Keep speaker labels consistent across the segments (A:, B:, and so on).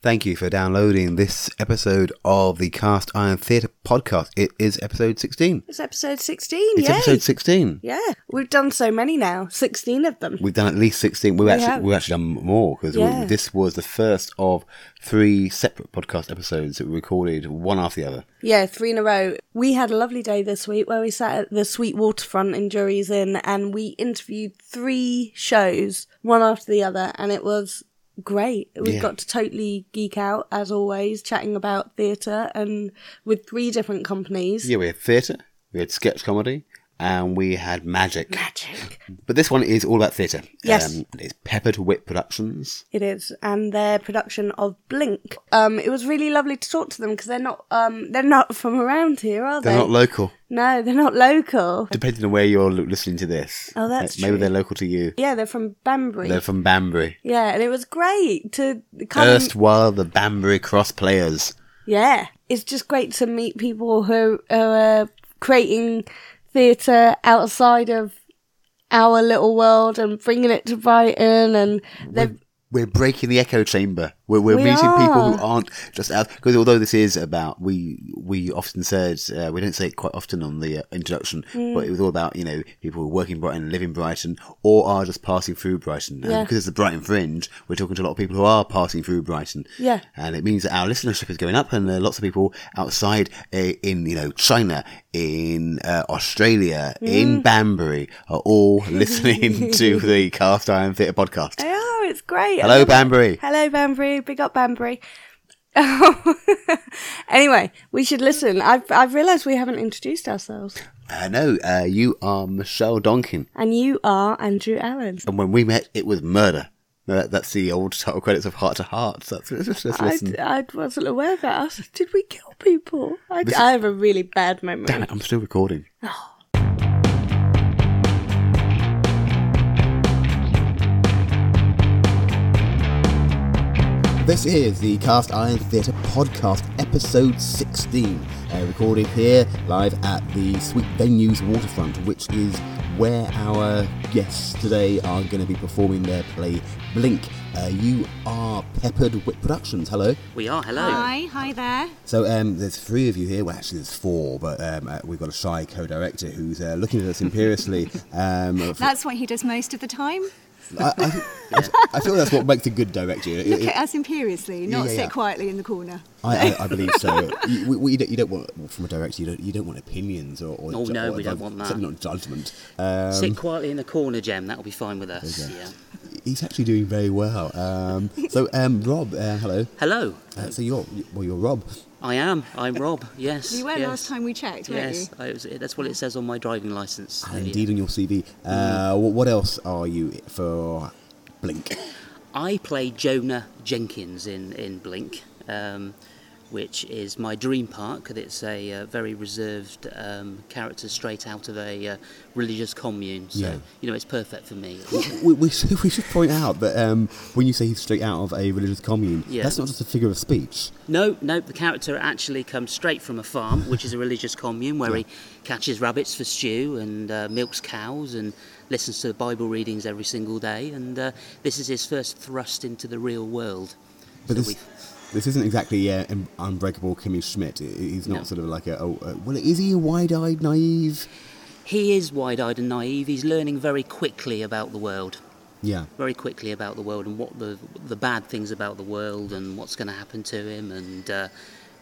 A: Thank you for downloading this episode of the Cast Iron Theatre podcast. It is episode 16.
B: It's episode 16.
A: It's
B: yay.
A: episode 16.
B: Yeah. We've done so many now, 16 of them.
A: We've done at least 16. We've actually,
B: have.
A: we've actually done more because
B: Yeah.
A: this was the first of three separate podcast episodes that we recorded one after the other.
B: Yeah, three in a row. We had a lovely day this week where we sat at the Sweet Waterfront in Juries Inn and we interviewed three shows, one after the other, and it was great. We
A: Yeah.
B: have got to totally geek out, as always, chatting about theatre and with three different companies.
A: Yeah, we had theatre, we had sketch comedy, and we had magic.
B: Magic.
A: But this one is all about theatre. Um,
B: Yes.
A: it's Pepper to Whip Productions.
B: It is, and their production of Blink. Um, it was really lovely to talk to them because they're not um, they're not from around here, are they?
A: They're not local,
B: no, they're not local.
A: depending on where you're lo- listening to this.
B: Oh, that's
A: Maybe
B: true.
A: they're local to you.
B: Yeah, they're from Banbury.
A: They're from Banbury.
B: yeah, and it was great to kind of
A: erstwhile the Banbury Cross players.
B: yeah. It's just great to meet people who are uh, creating theatre outside of our little world and bringing it to Brighton, and they've
A: We're breaking the echo chamber. We're, we're
B: We
A: meeting people who
B: are.
A: aren't just out because although this is about we we often said uh, we don't say it quite often on the uh, introduction,
B: Mm.
A: but it was all about you know people who work in Brighton, live in Brighton, or are just passing through Brighton. And
B: Yeah.
A: because it's the Brighton Fringe, we're talking to a lot of people who are passing through Brighton.
B: Yeah.
A: and it means that our listenership is going up, and there are lots of people outside uh, in you know China, in uh, Australia,
B: Mm.
A: in Banbury are all listening to the Cast Iron Theatre podcast.
B: they are. It's great. I
A: Hello,
B: love it.
A: Banbury.
B: Hello, Banbury. Big up, Banbury. anyway, we should listen. I've, I've realised we haven't introduced ourselves.
A: Uh, no, uh, you are Michelle Donkin.
B: And you are Andrew Allen.
A: And when we met, it was murder. No, that- that's the old title credits of Heart to Heart. That's, let's, let's let's
B: I,
A: listen.
B: I wasn't aware of that. I was like, did we kill people? I, I have a really bad memory.
A: Damn it, I'm still recording.
C: This is the Cast Iron Theatre Podcast, episode 16, uh, recorded here live at the Sweet Venues Waterfront, which is where our guests today are going to be performing their play Blink. Uh, you are Peppered Whip Productions. Hello.
D: We are, hello.
E: Hi, hi there.
C: So um, there's three of you here. Well, actually, there's four, but um, uh, we've got a shy co-director who's uh, looking at us imperiously. Um, f-
E: That's what he does most of the time.
C: I, I, think- I feel that's what makes a good director. It-
E: Look
C: it-
E: at us imperiously, not
C: yeah,
E: sit
C: yeah.
E: quietly in the corner.
C: I, I, I believe so. you, we, we don't, you don't want well, from a director. You don't, you don't want opinions or. or
D: No,
C: ju-
D: Oh, no,
C: or
D: we don't
C: judge-
D: want that.
C: Certainly not judgment. Um,
D: Sit quietly in the corner, Jem. That'll be fine with us.
C: Okay.
D: Yeah.
C: he's actually doing very well. Um, so, um, Rob, uh, hello.
D: Hello,
C: Uh, so you're well, you're Rob.
D: I am. I'm Rob. Yes.
E: You were
D: yes.
E: last time we checked, weren't
D: Yes,
E: Ah,
D: I was, that's what it says on my driving license.
C: And indeed, on your CV. Uh,
D: Mm.
C: wh- What else are you for? Blink.
D: I play Jonah Jenkins in in Blink, um, which is my dream part because it's a uh, very reserved um, character straight out of a uh, religious commune. So
C: Yeah.
D: you know it's perfect for me.
C: we, we, should, we should point out that um, when you say he's straight out of a religious commune,
D: Yeah.
C: that's not just a figure of speech.
D: No, no, the character actually comes straight from a farm, which is a religious commune where he catches rabbits for stew and uh, milks cows and listens to Bible readings every single day. And uh, this is his first thrust into the real world.
C: But
D: So
C: this, this isn't exactly uh, un- unbreakable Kimmy Schmidt. I- I- He's not
D: No.
C: sort of like a. Oh, uh, well, is he wide-eyed, naive?
D: He is wide eyed and naive. He's learning very quickly about the world.
C: Yeah.
D: very quickly about the world and what the the bad things about the world and what's going to happen to him and uh,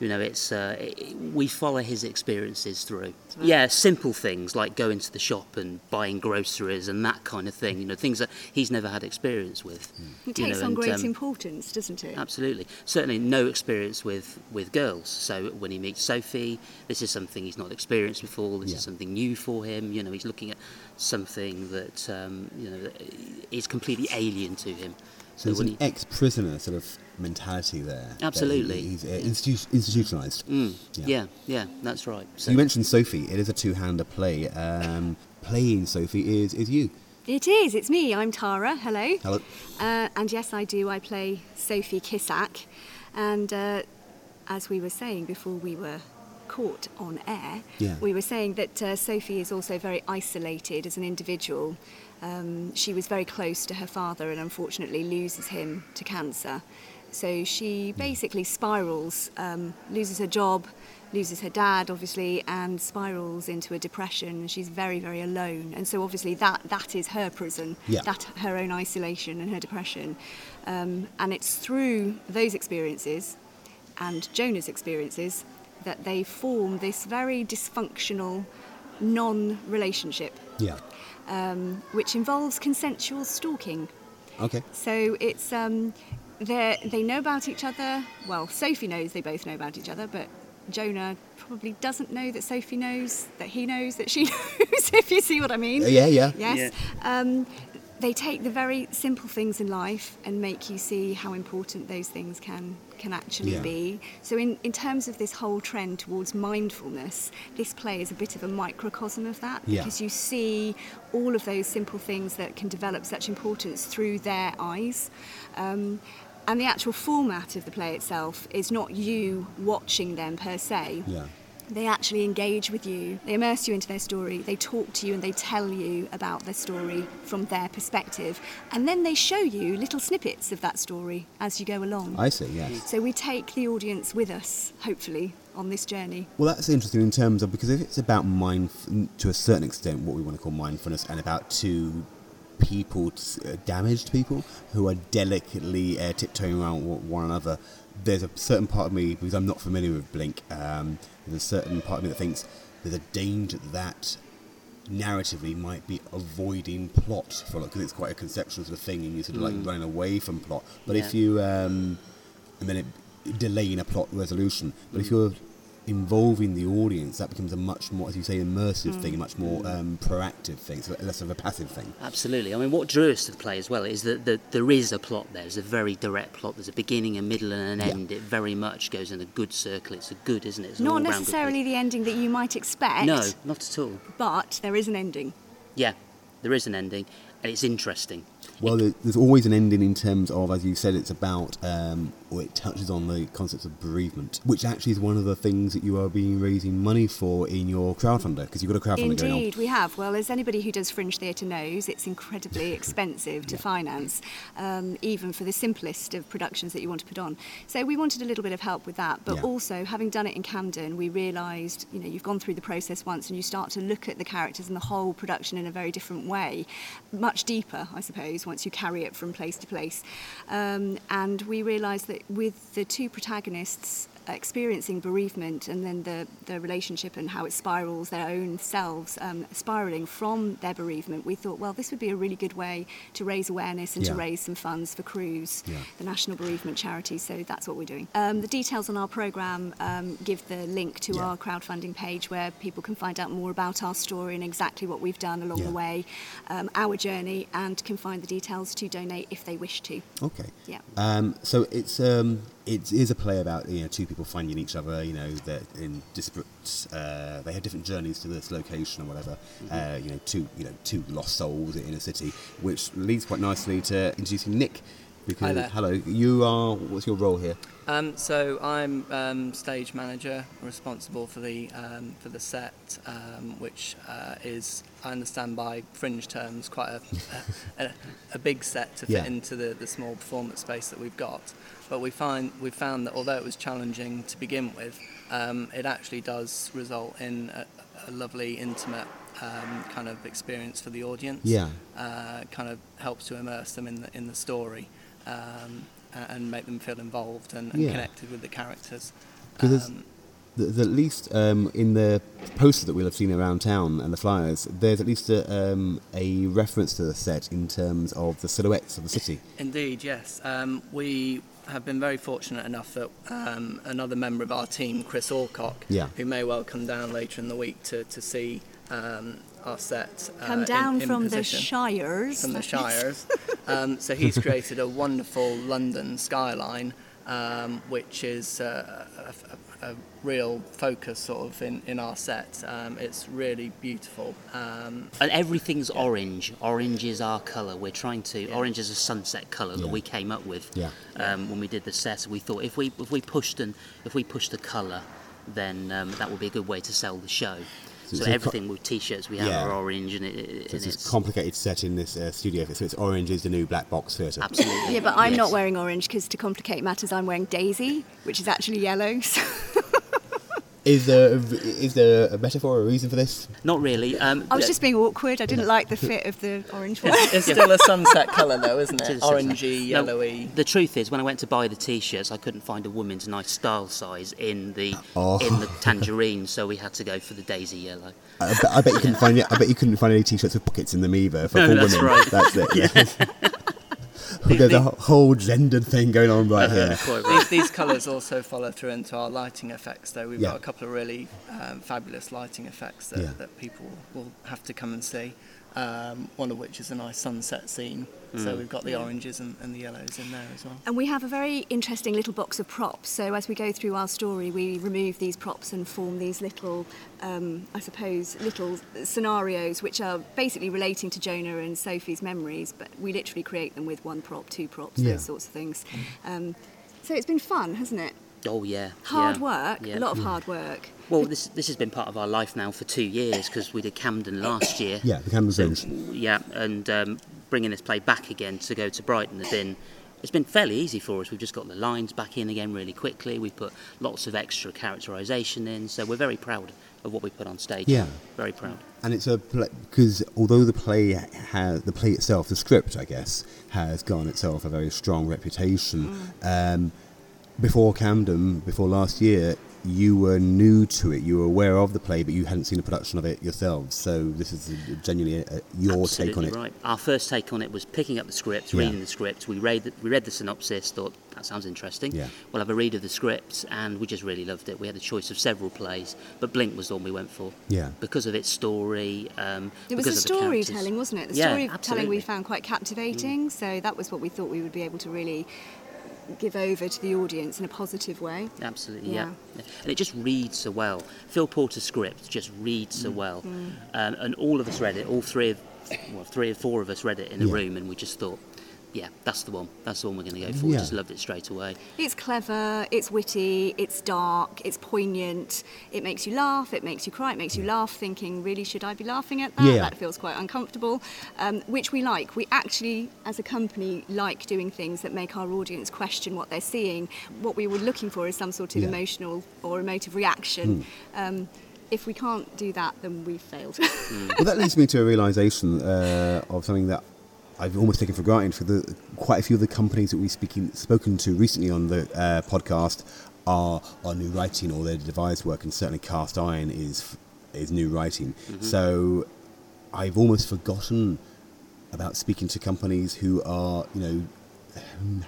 D: you know it's uh, it, we follow his experiences through yeah simple things like going to the shop and buying groceries and that kind of thing you know things that he's never had experience with
E: It takes on
D: and,
E: great
D: um,
E: importance, doesn't it?
D: Absolutely. Certainly no experience with, with girls. So when he meets Sophie, this is something he's not experienced before. This
C: Yeah.
D: is something new for him. You know, he's looking at something that, um, you know, that is completely alien to him.
C: So there's
D: when
C: an ex-prisoner sort of mentality there. that he-
D: Absolutely.
C: He's uh, institu- institutionalized.
D: Mm,
C: Yeah.
D: yeah. yeah, that's right.
C: So you mentioned Sophie. It is a two-hander play. Um, playing Sophie is is you.
E: It is, it's me, I'm Tara, hello.
C: Hello.
E: Uh, and yes, I do, I play Sophie Kissack. And uh, as we were saying before we were caught on air,
C: Yeah.
E: we were saying that uh, Sophie is also very isolated as an individual. Um, she was very close to her father and unfortunately loses him to cancer. So she basically spirals, um, loses her job, loses her dad, obviously, and spirals into a depression. She's very, very alone, and so obviously that that is her prison.
C: Yeah.
E: That her own isolation and her depression, um, and it's through those experiences and Jonah's experiences that they form this very dysfunctional, non-relationship,
C: Yeah.
E: um, which involves consensual stalking.
C: Okay.
E: So it's um, they they know about each other. Well, Sophie knows they both know about each other, but Jonah probably doesn't know that Sophie knows that he knows that she knows. if you see what I mean?
C: Uh, yeah, yeah.
E: Yes. Um, they take the very simple things in life and make you see how important those things can can actually
C: Yeah.
E: be. So in, in terms of this whole trend towards mindfulness, this play is a bit of a microcosm of that
C: Yeah.
E: because you see all of those simple things that can develop such importance through their eyes. Um, and the actual format of the play itself is not you watching them per se,
C: Yeah.
E: they actually engage with you. They immerse you into their story. They talk to you and they tell you about their story from their perspective. And then they show you little snippets of that story as you go along.
C: I see, yes.
E: so we take the audience with us, hopefully, on this journey.
C: Well, that's interesting in terms of because if it's about mind, to a certain extent, what we want to call mindfulness, and about two people, uh, damaged people, who are delicately uh, tiptoeing around wa- one another, there's a certain part of me, because I'm not familiar with Blink, um, there's a certain part of me that thinks there's a danger that narratively might be avoiding plot for because it's quite a conceptual sort of thing and you sort of like running away from plot but if
D: Yeah.
C: you um, and then it delaying a plot resolution but if you're involving the audience that becomes a much more as you say immersive thing a much more um, proactive thing so less of a passive thing
D: Absolutely. I mean, what drew us to the play as well is that, that there is a plot there. There's a very direct plot. There's a beginning, a middle, and an
C: Yeah.
D: end. It very much goes in a good circle. It's a good, isn't it? It's an
E: Not
D: all-round good
E: necessarily the ending that you might
D: play.
E: expect,
D: No, not at all.
E: but there is an ending.
D: Yeah, there is an ending, and it's interesting.
C: Well, there- there's always an ending in terms of, as you said, it's about, um, or it touches on the concepts of bereavement, which actually is one of the things that you are being raising money for in your crowdfunder, because you've got a crowdfunder going on.
E: Indeed, we have. Well, as anybody who does fringe theatre knows, it's incredibly expensive to finance, um, even for the simplest of productions that you want to put on. So we wanted a little bit of help with that, but
C: Yeah.
E: also having done it in Camden, we realised, you know, you've gone through the process once and you start to look at the characters and the whole production in a very different way, much deeper, I suppose, once you carry it from place to place. Um, and we realised that with the two protagonists experiencing bereavement and then the, the relationship and how it spirals their own selves um, spiraling from their bereavement, we thought, well, this would be a really good way to raise awareness and to
C: Yeah.
E: raise some funds for Cruise,
C: Yeah.
E: the National Bereavement Charity. So that's what we're doing. Um, the details on our programme um, give the link to
C: Yeah.
E: our crowdfunding page where people can find out more about our story and exactly what we've done along
C: Yeah.
E: the way, um, our journey, and can find the details to donate if they wish to.
C: Okay.
E: Yeah.
F: Uh,
C: Um, so it's um, it is a play about you know two people finding each other. You know they're in disparate. Uh, they have different journeys to this location or whatever. Uh, you know two you know two lost souls in a city, which leads quite nicely to introducing Nick. Because
F: there.
C: hello, you are. What's your role here?
F: Um, so I'm um, stage manager, responsible for the um, for the set, um, which uh, is I understand by fringe terms quite a a, a, a big set to fit
C: Yeah.
F: into the, the small performance space that we've got. But we find we found that although it was challenging to begin with, um, it actually does result in a, a lovely intimate um, kind of experience for the audience
C: Yeah.
F: uh, kind of helps to immerse them in the in the story um, a- and make them feel involved and, and
C: Yeah.
F: connected with the characters.
C: Because there's, there's at least um, in the posters that we'll have seen around town and the flyers, there's at least a, um, a reference to the set in terms of the silhouettes of the city.
F: Indeed, yes. Um, we have been very fortunate enough that um, another member of our team, Chris Alcock,
C: Yeah.
F: who may well come down later in the week to to see um, our set. Uh,
E: Come
F: in-
E: down
F: in
E: from the
F: position.
E: Shires.
F: from the Shires. Um, so he's created a wonderful London skyline, um, which is uh, a, a, a real focus sort of in, in our set. Um, it's really beautiful. Um,
D: And everything's orange. Orange is our colour. We're trying to. Orange is a sunset colour that
C: Yeah.
D: we came up with
C: Yeah.
D: um, when we did the set. We thought if we if we pushed and if we pushed the colour, then um, that would be a good way to sell the show. So,
C: it's a co-
D: everything with T-shirts we have
C: Yeah.
D: are orange, and it,
C: So
D: and
C: it's
D: it's
C: this complicated set in this uh, studio. So it's orange is the new black box theatre.
D: absolutely.
E: Yeah, but I'm
D: yes.
E: not wearing orange because to complicate matters, I'm wearing daisy, which is actually yellow. So
C: Is there a, is there a metaphor or a reason for this?
D: Not really. Um,
E: I was
D: uh,
E: just being awkward. I didn't like the fit of the orange one.
F: It's, it's still a sunset colour though, isn't
D: to
F: it?
D: the sunset.
F: Orangey,
D: No,
F: yellowy.
D: the truth is, when I went to buy the T-shirts, I couldn't find a woman's nice style size in the
C: Oh.
D: in the tangerine, so we had to go for the daisy yellow.
C: I bet, I bet you couldn't find it. I bet you couldn't find any t-shirts with pockets in them either for
D: No,
C: poor
D: that's
C: women.
D: right.
C: That's it. Yeah. There's a whole gendered thing going on right here.
D: Quite right.
F: these, these colours also follow through into our lighting effects, though. We've
C: Yeah.
F: got a couple of really um, fabulous lighting effects that,
C: Yeah.
F: that people will have to come and see. Um, one of which is a nice sunset scene.
C: Mm.
F: So we've got the oranges and, and the yellows in there as well.
E: And we have a very interesting little box of props. So as we go through our story, we remove these props and form these little, um, I suppose, little scenarios which are basically relating to Jonah and Sophie's memories. But we literally create them with one prop, two props,
C: Yeah.
E: those sorts of things. Um, so it's been fun, hasn't it?
D: Oh yeah,
E: Hard
D: yeah,
E: work,
D: yeah. Mm.
E: a lot of hard work.
D: Well, this this has been part of our life now for two years because we did Camden last year.
C: Yeah, the Camden
D: So,
C: Zones.
D: Yeah, and um, bringing this play back again to go to Brighton has been it's been fairly easy for us. We've just got the lines back in again really quickly. We've put lots of extra characterisation in, so we're very proud of what we put on stage.
C: Yeah.
D: very proud.
C: And it's a because although the play has the play itself, the script, I guess, has gotten itself a very strong reputation. Um, before Camden, before last year, you were new to it. You were aware of the play, but you hadn't seen a production of it yourselves. So this is genuinely uh your
D: Absolutely
C: take on it.
D: Right. Our first take on it was picking up the script,
C: Yeah.
D: reading the script. We read the, we read the synopsis, thought that sounds interesting.
C: Yeah.
D: We'll have a read of the script, and we just really loved it. We had the choice of several plays, but Blink was the one we went for.
C: Yeah.
D: Because of its story. Um,
E: It was
D: because
E: the
D: of the characters.
E: storytelling, wasn't it? The
D: Yeah,
E: storytelling
D: absolutely. Mm.
E: we found quite captivating. So that was what we thought we would be able to really give over to the audience in a positive way.
D: Absolutely, yeah.
E: Yeah.
D: Yeah. And it just reads so well. Phil Porter's script just reads
E: Mm.
D: so well. Um, and all of us read it, all three of, well, three or four of us read it in a
C: Yeah.
D: room, and we just thought, yeah, that's the one. That's the one we're going to go for. We
C: Yeah.
D: just loved it straight away.
E: It's clever, it's witty, it's dark, it's poignant. It makes you laugh, it makes you cry, it makes you laugh, thinking, really, should I be laughing at that?
C: Yeah.
E: That feels quite uncomfortable, um, which we like. We actually, as a company, like doing things that make our audience question what they're seeing. What we were looking for is some sort of
C: Yeah. Hmm.
E: emotional or emotive reaction. Um, if we can't do that, then we've failed.
C: well, that leads me to a realization uh, of something that I've almost taken for granted. For the quite a few of the companies that we've speaking spoken to recently on the uh, podcast are on new writing or their devised work, and certainly Cast Iron is is new writing.
D: Mm-hmm.
C: So I've almost forgotten about speaking to companies who are you know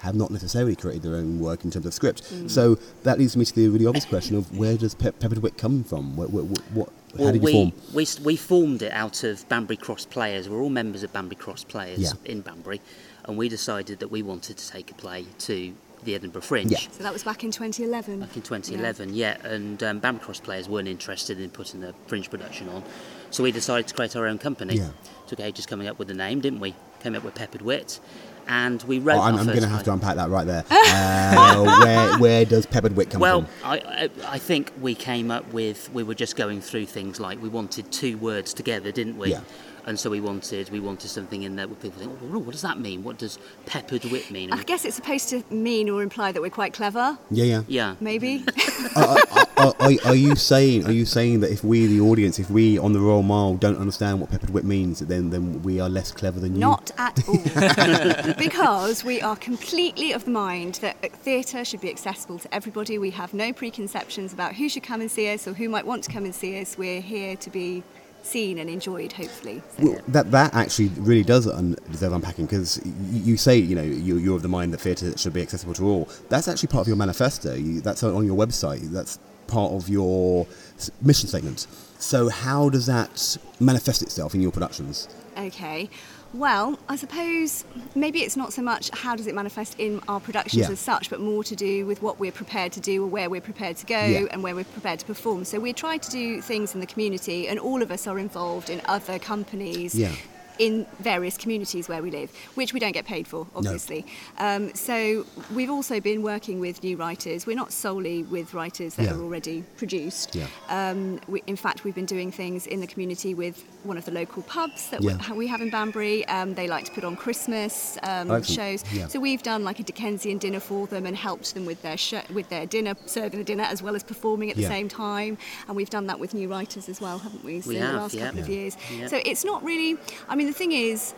C: have not necessarily created their own work in terms of script.
D: Mm.
C: So that leads me to the really obvious question of where does Pe- Pepperwick come from? Where, where, what, how
D: Well,
C: did you
D: we,
C: form?
D: We, s- we formed it out of Banbury Cross players. We're all members of Banbury Cross players
C: Yeah.
D: in Banbury, and we decided that we wanted to take a play to the Edinburgh Fringe.
C: Yeah.
E: so that was back in 2011.
D: Back in 2011, yeah, and um, Banbury Cross players weren't interested in putting a fringe production on, so we decided to create our own company.
C: Yeah.
D: Took ages coming up with the name, didn't we? Came up with Peppered Wit, and we wrote.
C: Oh, I'm,
D: our
C: I'm going
D: first
C: to have
D: play.
C: to unpack that right there. Uh, where, where does peppered wick come
D: Well,
C: from?
D: I, I, I think we came up with we were just going through things like we wanted two words together, didn't we?
C: Yeah.
D: And so we wanted we wanted something in there where people think, oh, what does that mean? What does peppered wit mean?
E: I guess it's supposed to mean or imply that we're quite clever,
C: Yeah, yeah.
D: yeah.
E: maybe.
D: Mm-hmm.
C: Are, are, are, are you saying are you saying that if we, the audience, if we on the Royal Mile don't understand what peppered wick means, then then we are less clever than you?
E: Not at all. because we are completely of the mind that theatre should be accessible to everybody. We have no preconceptions about who should come and see us or who might want to come and see us. We're here to be seen and enjoyed, hopefully. So,
C: Well, that that actually really does un- deserve unpacking because you say you know you, you're of the mind that theatre should be accessible to all. That's actually part of your manifesto. You, that's on your website. That's part of your s- mission statement. So how does that manifest itself in your productions?
E: Okay. Well, I suppose maybe it's not so much how does it manifest in our productions
C: Yeah.
E: as such, but more to do with what we're prepared to do or where we're prepared to go
C: Yeah.
E: and where we're prepared to perform. So we try to do things in the community, and all of us are involved in other companies.
C: Yeah.
E: in various communities where we live, which we don't get paid for, obviously. Um, so we've also been working with new writers. We're not solely with writers that
A: Yeah.
E: are already produced.
A: Yeah.
E: Um, we, in fact, we've been doing things in the community with one of the local pubs that we-
A: Yeah.
E: we have in Banbury. Um, they like to put on Christmas um,
A: Excellent.
E: shows.
A: Yeah.
E: So we've done like a Dickensian dinner for them and helped them with their sho with their dinner, serving the dinner as well as performing at the
A: Yeah.
E: same time. And we've done that with new writers as well, haven't we? So in
D: have,
E: the last
D: yeah.
E: couple of
D: Yeah.
E: years.
D: Yeah.
E: So it's not really. I mean, the thing is,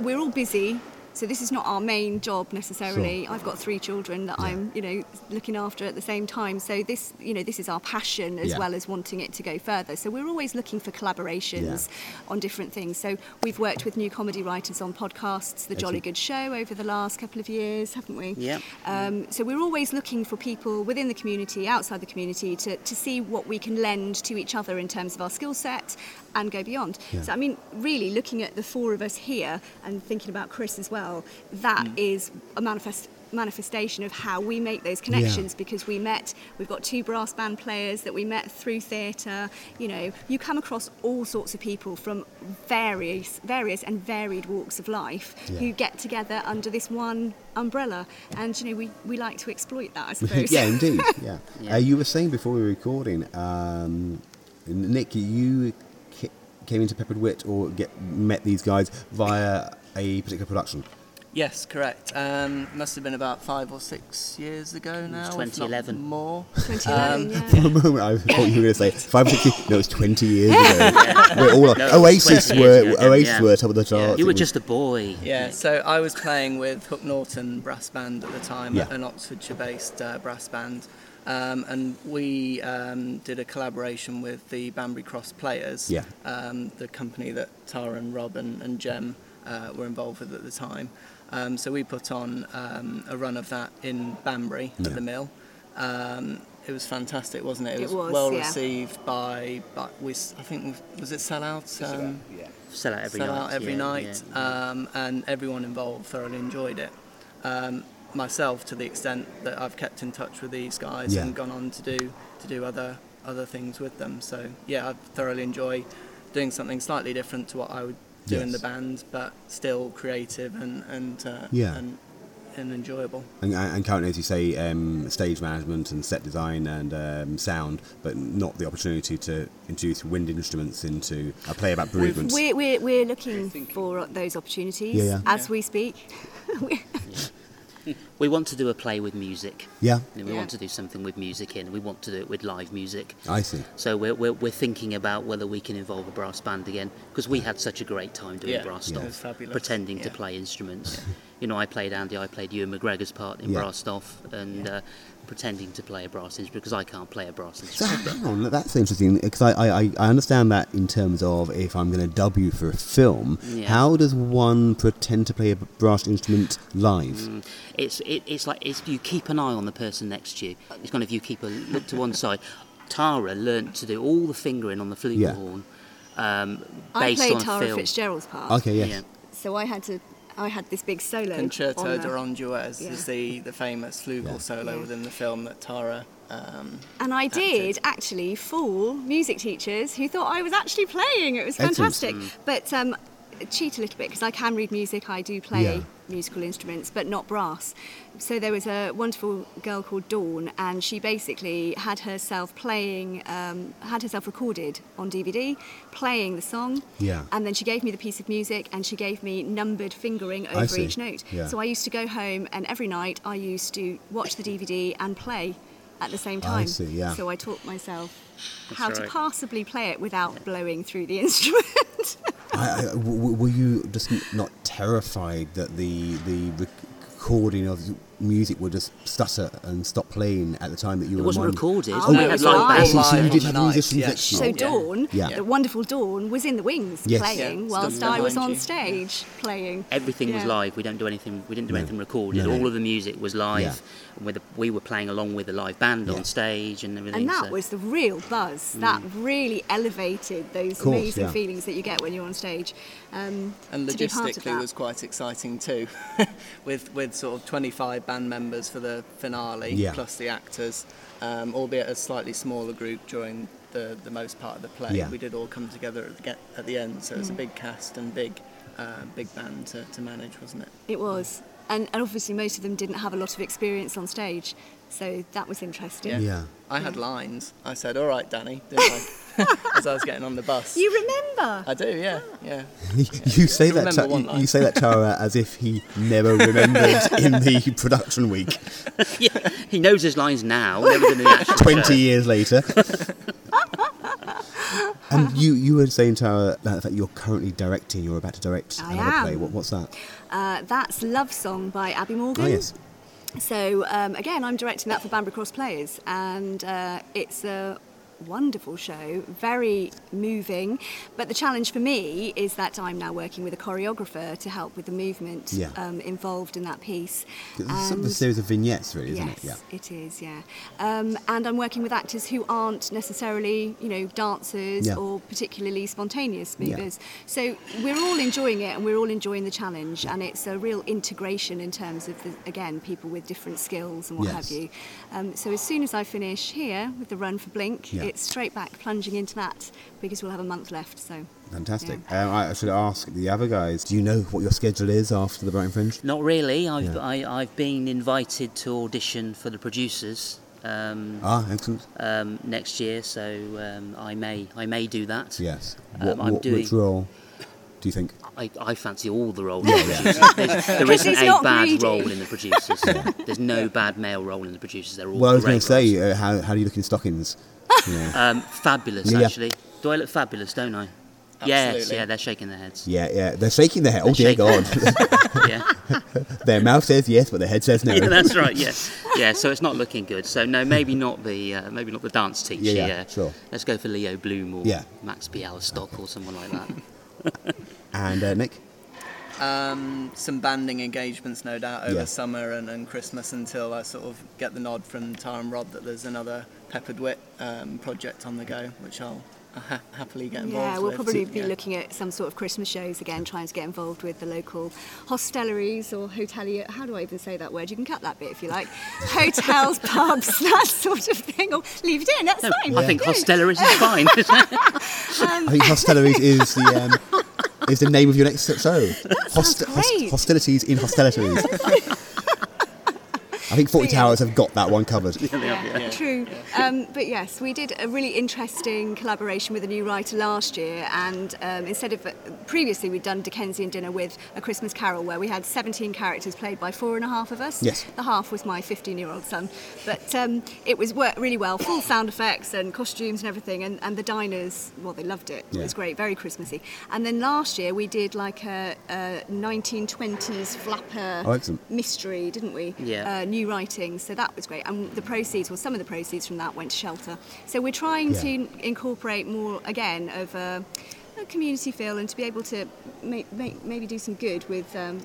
E: we're all busy. So this is not our main job necessarily. I've got three children that I'm, you know, looking after at the same time. So this, you know, this is our passion as
C: Yeah.
E: well as wanting it to go further. So we're always looking for collaborations on different things. So we've worked with new comedy writers on podcasts, The Jolly Good Show, over the last couple of years, haven't we?
D: Yeah.
E: Um, so we're always looking for people within the community, outside the community, to, to see what we can lend to each other in terms of our skill set and go beyond. So, I mean, really looking at the four of us here and thinking about Chris as well, that is a manifest manifestation of how we make those connections because we met we've got two brass band players that we met through theatre you know you come across all sorts of people from various various and varied walks of life who get together under this one umbrella and you know we, we like to exploit that I suppose
C: yeah, indeed. Yeah.
D: Yeah.
C: Uh, you were saying before we were recording, um, Nick, you ca- came into Peppered Wit or get, met these guys via a particular production.
F: Yes, correct. Um, must have been about five or six years ago now. if not
D: 2011.
F: More.
E: 2011
D: Um,
E: yeah.
C: For a moment, I thought you were going to say five or six. years- No, it's twenty years ago. We're all like,
D: No, it's
C: Oasis
D: 20
C: were
D: years ago,
C: Oasis
D: yeah.
C: were top of the chart.
D: You were
C: It was-
D: just a boy.
F: Yeah, so I was playing with Hook Norton Brass Band at the time,
C: Yeah.
F: an Oxfordshire based uh, brass band. Um, and we um, did a collaboration with the Banbury Cross Players,
C: Yeah.
F: um, the company that Tara and Rob and, and Jem uh, were involved with at the time. Um, so we put on um, a run of that in Banbury
C: Yeah.
F: at the mill. Um, it was fantastic, wasn't it?
E: It was,
F: well
E: yeah.
F: received by, by we, s- I think, we- was it sellouts? Um,
D: Sell out every
F: sell
D: night.
F: out every
D: yeah,
F: night,
D: yeah.
F: Um, and everyone involved thoroughly enjoyed it. Um, myself, to the extent that I've kept in touch with these guys
C: Yeah.
F: and gone on to do to do other other things with them. So yeah, I thoroughly enjoy doing something slightly different to what I would do in the
C: Yes.
F: band, but still creative and and uh,
C: Yeah.
F: and, and enjoyable.
C: And, and currently, as you say, um, stage management and set design and um, sound, but not the opportunity to introduce wind instruments into a play about bereavement.
E: We're, we're, we're looking for those opportunities
C: Yeah, yeah.
E: as
F: Yeah.
E: we speak. We-
D: We want to do a play with music.
C: Yeah,
D: We
E: Yeah.
D: want to do something with music in. We want to do it with live music.
C: I see.
D: So we're, we're, we're thinking about whether we can involve a brass band again because we had such a great time doing
F: Yeah,
D: brass
F: yeah.
D: stuff,
F: It was fabulous,
D: pretending to
F: yeah.
D: play instruments. you know, I played Andy, I played Ewan McGregor's part in
C: Yeah.
D: brass stuff, and uh, pretending to play a brass instrument because I can't play a brass
C: So
D: instrument.
C: hang on, that's interesting because I, I, I- I understand that in terms of if I'm going to dub you for a film,
D: Yeah.
C: how does one pretend to play a brass instrument live?
D: Mm. It's it, it's like it's, you keep an eye on the person next to you. It's kind of you keep a look to one side. Tara learnt to do all the fingering on the flugelhorn. Um,
E: I
D: based
E: played
D: on
E: Tara
D: film.
E: Fitzgerald's part.
C: Okay, yes.
D: Yeah.
E: So I had to, I had this big solo.
F: Concerto
E: on the-
F: d'Orangeoise
E: yeah.
F: is the, the famous flugel
C: Yeah.
F: solo
E: Yeah.
F: within the film that Tara. Um,
E: And I did
F: Acted.
E: actually fool music teachers who thought I was actually playing. It was
C: Excellent.
E: fantastic.
C: mm.
E: But um, cheat a little bit because I can read music. I do play
C: Yeah.
E: musical instruments, but not brass. So there was a wonderful girl called Dawn, and she basically had herself playing, um, had herself recorded on DVD, playing the song.
C: Yeah.
E: And then she gave me the piece of music, and she gave me numbered fingering
C: I
E: over
C: see.
E: each note.
C: Yeah.
E: So I used to go home, and every night I used to watch the DVD and play at the same time.
C: I see, yeah.
E: So I taught myself how to
D: right.
E: passably play it without blowing through the instrument.
C: I, I, w- w- were you just n- not terrified that the the rec- recording of music would just stutter and stop playing at the time that you
D: It
C: were?
D: wasn't
C: minded?
D: recorded.
E: Oh,
D: we
E: it
D: had
E: was
D: live
E: live.
D: bands.
C: Oh, so
F: Live
C: you
F: on
C: did
F: the
C: have
F: night,
C: musicians
F: yeah.
C: next to you.
E: so
F: Oh, Yeah.
E: Dawn,
C: Yeah.
E: the wonderful Dawn, was in the wings
C: Yes.
E: playing
F: Yeah,
E: whilst
F: standing
E: I was
F: behind
E: on
F: you.
E: stage playing.
D: Everything was
E: Yeah.
D: live. We don't do anything. We didn't do anything recorded.
C: No.
D: All of the music was live,
C: Yeah.
D: and with the, we were playing along with the live band
C: Yeah.
D: on stage and everything.
E: And that
D: so-
E: was the real buzz. That really elevated those
C: course,
E: amazing
C: yeah.
E: feelings that you get when you're on stage. Um,
F: and
E: to be part of
F: logistically
E: that.
F: was quite exciting too, with with sort of 25 band members for the finale
C: Yeah.
F: plus the actors, um, albeit a slightly smaller group during the, the most part of the play.
C: Yeah.
E: Mm.
F: We did all come together at the, get, at the end, so it was a big cast and big uh, big band to, to manage, wasn't it?
E: It was. And, and obviously, most of them didn't have a lot of experience on stage, so that was interesting.
C: Yeah.
F: I had lines. I said, "All right, Danny," didn't I? As I was getting on the bus.
E: You Ah. remember?
F: I do, yeah, yeah.
C: you say that
F: Remember
C: Ta-
F: one
C: you-
F: line.
C: you say that Tara as if he never remembered in the production week
D: yeah, he knows his lines now. Never did in the actual show.
C: twenty years later. and you you were saying Tara that the fact you're currently directing you're about to direct
E: I
C: another
E: am.
C: play. What, what's that?
E: Uh, that's Love Song by Abby Morgan.
C: Oh yes.
E: So um, again, I'm directing that for Bambury Cross Players, and uh, it's a wonderful show, very moving. But the challenge for me is that I'm now working with a choreographer to help with the movement
C: Yeah.
E: um, involved in that piece.
C: It's sort of a
E: And-
C: series of vignettes really, isn't it?
E: yes,
C: Yeah.
E: it is, yeah. Um, and I'm working with actors who aren't necessarily, you know, dancers
C: Yeah.
E: or particularly spontaneous
C: Yeah.
E: movers. So we're all enjoying it and we're all enjoying the challenge. And it's a real integration in terms of, the, again, people with different skills and what
C: Yes.
E: have you. Um, so as soon as I finish here with the run for Blink,
C: Yeah.
E: it's straight back plunging into that because we'll have a month left. So
C: Fantastic. Um, I I should ask the other guys. Do you know what your schedule is after the Brighton Fringe?
D: Not really. I've
C: Yeah.
D: I, I've been invited to audition for the producers um,
C: Ah, excellent.
D: um, next year, so um, I may I may do that.
C: Yes.
D: Um,
C: What,
D: I'm
C: what,
D: doing-
C: Which role do you think?
D: I, I fancy all the roles. in the producers. There's, there isn't
E: he's
D: a
E: not
D: bad
E: greedy.
D: role in the producers. There's no bad male role in the producers. They're all
C: Well, I was
D: great
C: going to
D: roles.
C: say, uh, how, how do you look in stockings? yeah.
D: um, fabulous.
C: Yeah.
D: Actually, do I look fabulous? Don't I? Yes.
F: Absolutely.
D: Yeah, they're shaking their heads.
C: yeah, yeah. They're shaking their head. Oh, dear
D: They're
C: God.
D: yeah.
C: their mouth says yes, but their head says no.
D: yeah, that's right. Yeah, yeah. So it's not looking good. So no, maybe not the uh, maybe not the dance teacher.
C: Yeah, yeah, sure.
D: Let's go for Leo Bloom or
C: Yeah.
D: Max Bialystock or someone like that.
C: And uh, Nick?
F: Um, some banding engagements, no doubt, over
C: Yeah.
F: summer and, and Christmas until I sort of get the nod from Tara and Rob that there's another Peppered Wit um, project on the go, which I'll ha- happily get involved
E: Yeah, we'll
F: with.
E: probably be
F: Yeah.
E: looking at some sort of Christmas shows again, trying to get involved with the local hostelries or hotelier. How do I even say that word? You can cut that bit if you like. Hotels, pubs, that sort of thing. Or leave it in. That's
D: No,
E: fine.
D: I think Hostella is fine.
C: I think Hostilities is the. Um, Is the name of your next show? Host-
E: great.
C: hostilities in hostilities. I think Forty
E: So, yeah.
C: Towers have got that one covered.
E: Yeah, True. Um, but yes, we did a really interesting collaboration with a new writer last year. And um, instead of previously, we'd done Dickensian dinner with A Christmas Carol, where we had 17 characters played by four and a half of us.
C: Yes.
E: The half was my 15 year old son. But um, it was worked really well, full sound effects and costumes and everything. And, and the diners, well, they loved it.
C: Yeah.
E: It was great, very Christmassy. And then last year, we did like a, a 1920s flapper
C: Oh, excellent.
E: mystery, didn't we?
D: Yeah.
E: Uh, new writing, so that was great. And the proceeds, well, some of the proceeds from that went to shelter. So we're trying
C: Yeah.
E: to incorporate more again of a, a community feel and to be able to make, make, maybe do some good with um,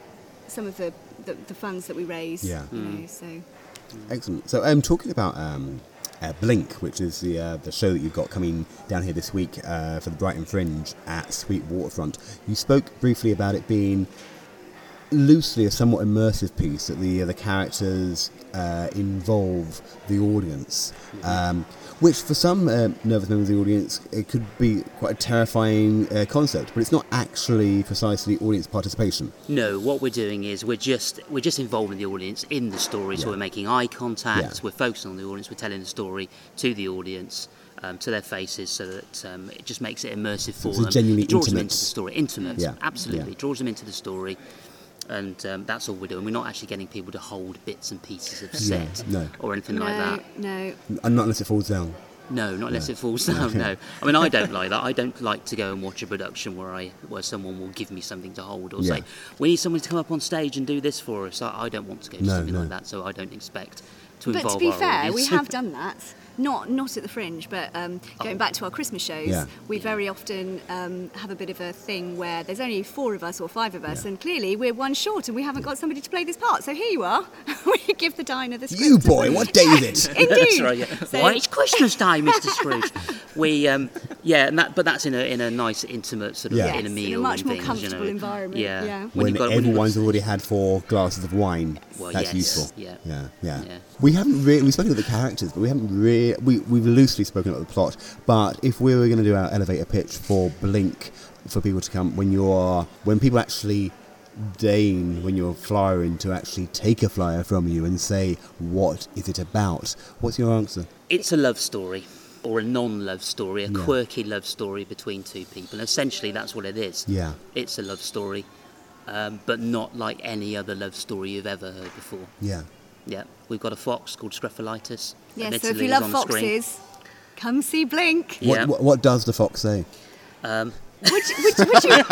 E: some of the, the, the funds that we raise.
C: Yeah.
E: You
D: Hmm.
E: know, so
C: Excellent. So, um, talking about um, uh, Blink, which is the uh, the show that you've got coming down here this week uh, for the Brighton Fringe at Sweet Waterfront, you spoke briefly about it being loosely a somewhat immersive piece that the uh, the characters uh, involve the audience, um, which for some uh, nervous members of the audience it could be quite a terrifying uh, concept, but it's not actually precisely audience participation.
D: No, what we're doing is we're just we're just involving the audience in the story. So
C: Yeah.
D: we're making eye contact.
C: Yeah.
D: We're focusing on the audience. We're telling the story to the audience, um, to their faces, so that um, it just makes it immersive for
C: it's
D: them.
C: genuinely
D: it draws them
C: intimate.
D: into the story. Intimate,
C: Yeah,
D: absolutely.
C: yeah.
D: It draws them into the story, and um, that's all we're doing. We're not actually getting people to hold bits and pieces of
C: Yeah,
D: set
C: no.
D: or anything
E: no,
D: like that.
E: no,
C: And not unless it falls down.
D: No, not unless it falls down. No, I mean I don't like that. I don't like to go and watch a production where I where someone will give me something to hold or
C: Yeah.
D: say we need someone to come up on stage and do this for us. I, I don't want to go to
C: No,
D: something
C: no.
D: like that, so I don't expect to
E: But
D: involve
E: to be
D: our
E: fair, we
D: audience.
E: have done that. Not not at the fringe, but um, going back to our Christmas shows,
C: Yeah.
E: we very often um, have a bit of a thing where there's only four of us or five of us, and clearly we're one short, and we haven't got somebody to play this part. So here you are. we give the diner the script.
C: You boy, what day is it?
E: Indeed.
D: That's right, yeah.
E: So-
D: Why it's Christmas time, Mr. Scrooge. we um, yeah, and that, but that's in a in a nice intimate sort of
C: Yeah.
D: in a
E: Yes, in a
D: meal,
E: much
D: and
E: more
D: things,
E: comfortable
D: you know.
E: environment,
D: Yeah,
E: yeah.
D: When,
C: when
D: you've got, when you've got-
C: everyone's already had four glasses of wine.
D: Well,
C: that's
D: yes,
C: useful.
D: yeah.
C: yeah, yeah.
D: Yeah.
C: We haven't really we've spoken about the characters, but we haven't really we we've loosely spoken about the plot. But if we were going to do our elevator pitch for Blink for people to come when you are when people actually deign when you're flying to actually take a flyer from you and say what is it about? What's your answer?
D: it's a love story or a non-love story, a
C: Yeah.
D: quirky love story between two people. Essentially, that's what it is.
C: Yeah.
D: It's a love story, um, but not like any other love story you've ever heard before.
C: Yeah.
D: Yeah, we've got a fox called Strepholitis.
E: Yeah, so if
D: admittedly
E: you
D: he's
E: love
D: on screen.
E: foxes, come see Blink.
C: What,
D: Yeah.
C: what, what does the fox say?
E: Would, you- would, would, you,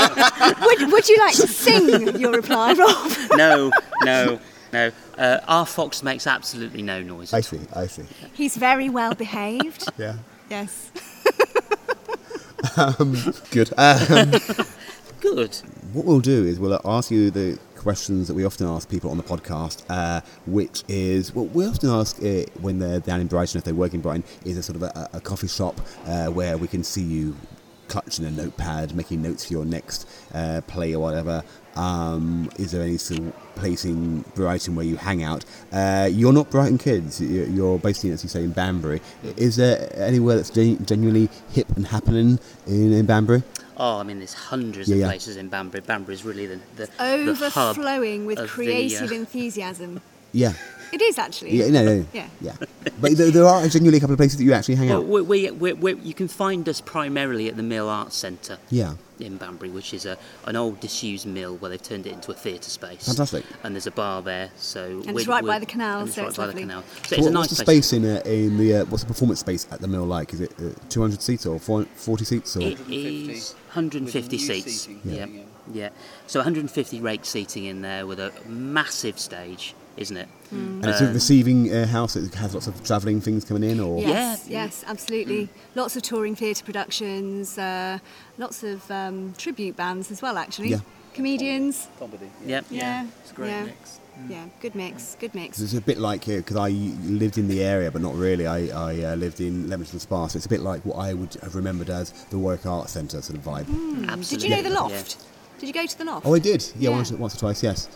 E: would, would you like to sing your reply, Rob?
D: no, no, no. Uh, our fox makes absolutely no noise.
C: I
D: at all.
C: see. I see.
E: He's very well behaved.
C: Yeah.
E: Yes.
C: Good. Uh,
D: Good.
C: What we'll do is we'll ask you the questions that we often ask people on the podcast, uh, which is well, we often ask uh, when they're down in Brighton, if they work in Brighton, is a sort of a, a coffee shop uh, where we can see you clutching a notepad, making notes for your next uh, play or whatever. Um, is there any sort of place in Brighton where you hang out? Uh, you're not Brighton kids. You- You're based in, as you say, in Banbury. Is there anywhere that's gen- genuinely hip and happening in, in Banbury?
D: Oh, I mean, there's hundreds
C: Yeah,
D: of
C: yeah.
D: places in Banbury. Banbury is really the, the the hub
E: Overflowing with
D: of the, uh,
E: creative enthusiasm.
C: Yeah.
E: It is actually.
C: Yeah, no, no.
E: Yeah.
C: Yeah. But there, there are genuinely a couple of places that you actually hang
D: Well,
C: out.
D: we, we, we, we, you can find us primarily at the Mill Arts Centre
C: Yeah.
D: in Banbury, which is a, an old disused mill where they've turned it into a theatre space.
C: Fantastic.
D: And there's a bar there, so and
E: it's right by the canal,
D: And it's
E: so
D: right
E: it's
D: by
E: lovely.
D: the canal.
C: So
D: So, it's a
C: what-
D: nice
C: what's the
D: place.
C: space in uh, in the uh, what's the performance space at the mill like? Is it uh, 200 seats or 4 40 seats or?
D: It is 150
F: With new
D: seats.
F: seating
D: Yeah.
F: coming
D: yeah,
F: in.
D: So 150 rake seating in there with a massive stage, isn't it?
C: and it's a receiving uh, house that has lots of travelling things coming in or.
E: Yes,
D: Yeah.
E: yes, absolutely. Lots of touring theatre productions, uh, lots of um, tribute bands as well, actually.
C: Yeah.
E: Comedians.
F: Comedy.
D: Yep.
E: Yeah.
F: It's a great
E: yeah.
F: mix.
E: Yeah, good mix, good mix.
C: It's a bit like here because I lived in the area, but not really. I, I uh, lived in Leamington Spa, so it's a bit like what I would have remembered as the Warwick Arts Centre sort of vibe.
E: Mm. Did
D: Absolutely.
E: you know the
D: Yeah.
E: loft? Did you go to the loft?
C: Oh, I did. Yeah,
E: Yeah.
C: Once, once or twice. Yes.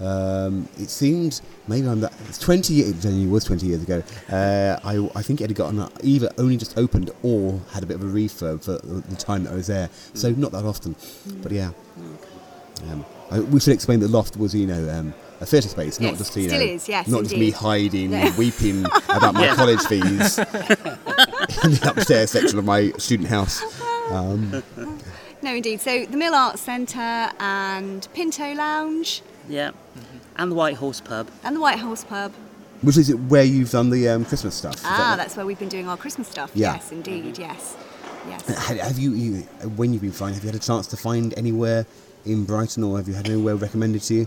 C: Um, it seemed maybe I'm that. It's twenty. years- It genuinely was twenty years ago. Uh, I, I think it had gotten uh, either only just opened or had a bit of a refurb for the the time that I was there. So
E: Mm.
C: not that often, but yeah.
E: Oh,
C: Um, I, we should explain that loft was you know um, a theatre space, not
E: Yes,
C: just you
E: still
C: know,
E: is, yes,
C: not just me
E: indeed.
C: hiding, weeping about my
D: Yeah.
C: college fees in the upstairs section of my student house. Um,
E: No, indeed. So the Mill Arts Centre and Pinto Lounge
D: Yeah. And the White Horse Pub.
E: and the White Horse Pub.
C: which is where you've done the um, Christmas stuff. Is that
E: Ah,
C: right?
E: that's where we've been doing our Christmas stuff.
C: Yeah. Mm-hmm.
E: Yes, indeed. Yes. Yes.
C: Have, have you, you, when you've been flying, have you had a chance to find anywhere in Brighton or have you had anywhere recommended to you?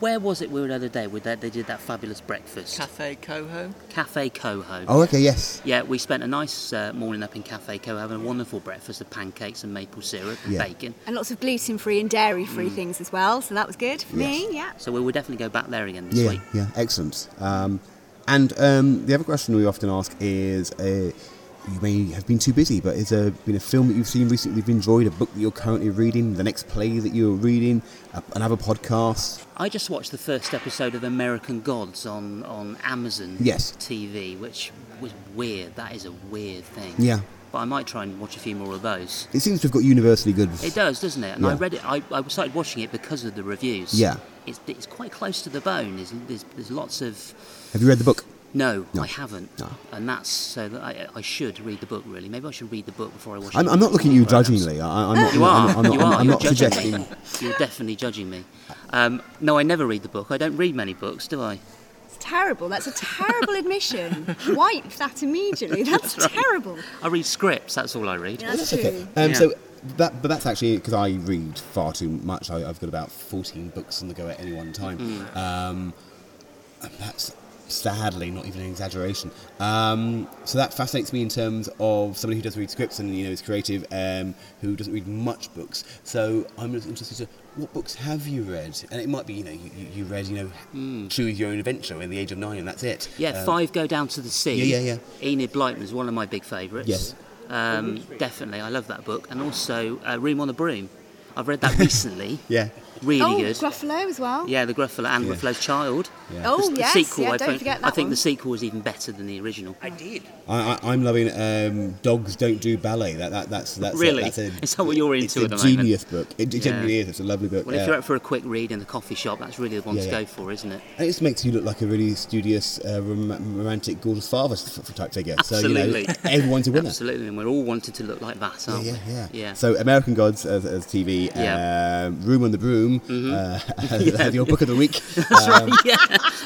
D: Where was it we were the other day? With that, they did that fabulous breakfast.
F: Cafe Coho.
D: Cafe Coho.
C: Oh, okay, yes.
D: Yeah, we spent a nice uh, morning up in Cafe Co having a wonderful breakfast of pancakes and maple syrup and
C: Yeah.
D: bacon.
E: And lots of gluten free and dairy free things as well. So that was good for
C: Mm. Yes.
E: me. Yeah.
D: So we will definitely go back there again this
C: Yeah,
D: week.
C: yeah, excellent. Um, and um, the other question we often ask is uh, you may have been too busy, but is there been a film that you've seen recently you've enjoyed, a book that you're currently reading, the next play that you're reading, a, another podcast?
D: I just watched the first episode of American Gods on, on Amazon
C: Yes.
D: TV, which was weird. That is a weird thing.
C: Yeah.
D: But I might try and watch a few more of those.
C: It seems to have got universally good.
D: It does, doesn't it? And I
C: Yeah.
D: read it. I, I started watching it because of the reviews.
C: Yeah.
D: It's, it's quite close to the bone. There's, there's, there's lots of.
C: Have you read the book?
D: No,
C: No.
D: I haven't.
C: No.
D: And that's so that I, I should read the book, really. Maybe I should read the book before I watch
C: I'm,
D: it.
C: I'm not looking at you judgingly. I, I'm not.
D: You are.
C: I'm, I'm not,
D: you
C: I'm,
D: are.
C: I'm
D: You're
C: not
D: judging
C: suggesting.
D: me. You're definitely judging me. Um, no, I never read the book. I don't read many books, do I?
E: It's terrible. That's a terrible admission. Wipe that immediately. That's, terrible.
D: I read scripts. That's all I read.
E: Yeah, that's true.
C: Okay. Um,
D: Yeah.
C: So that, but that's actually because I read far too much. I, I've got about fourteen books on the go at any one time.
D: Hmm.
C: Um, and that's sadly not even an exaggeration. Um, so that fascinates me in terms of somebody who does read scripts and you know is creative, um, who doesn't read much books. So I'm just interested to what books have you read? And it might be you know you, you- you read you know choose your own adventure in the age of nine and that's it.
D: Hmm. Yeah,
C: Um,
D: Five Go Down to the Sea.
C: yeah, yeah,
D: Enid Blyton is one of my big favourites.
C: Yes.
D: Um, definitely, I love that book, and also uh, Room on a Broom. I've read that recently.
G: Yeah.
D: really
E: oh,
D: good.
E: Gruffalo as well.
D: yeah, the Gruffalo and
G: Yeah.
D: Ruffalo's Child.
E: Oh
D: the
E: yes,
D: sequel,
E: yeah,
D: I
E: don't
D: think,
E: forget that
D: I think
E: one.
D: the sequel was even better than the original.
F: I did.
C: I, I, I'm loving um, Dogs Don't Do Ballet. That, that, that's, that's,
D: Really?
C: that's a,
D: Is that what you're
C: it's
D: into
C: a
D: at the moment?
C: genius book. It, it genuinely is. It's a lovely book. Uh,
D: Well,
C: yeah.
D: if you're out for a quick read in the coffee shop, that's really the one
C: Yeah,
D: to
C: yeah.
D: go for, isn't it?
C: And it just makes you look like a really studious, uh, rom- romantic, gorgeous father s- f- type figure. So, you
D: Absolutely.
C: know, everyone's a winner.
D: Absolutely, and we're all wanting to look like that, aren't
C: Yeah,
D: we?
C: yeah,
D: yeah.
C: So, American Gods as, as TV,
D: Yeah. Mm-hmm.
C: um, Room on the Broom, uh, as, as your book of the week. Um,
D: yeah.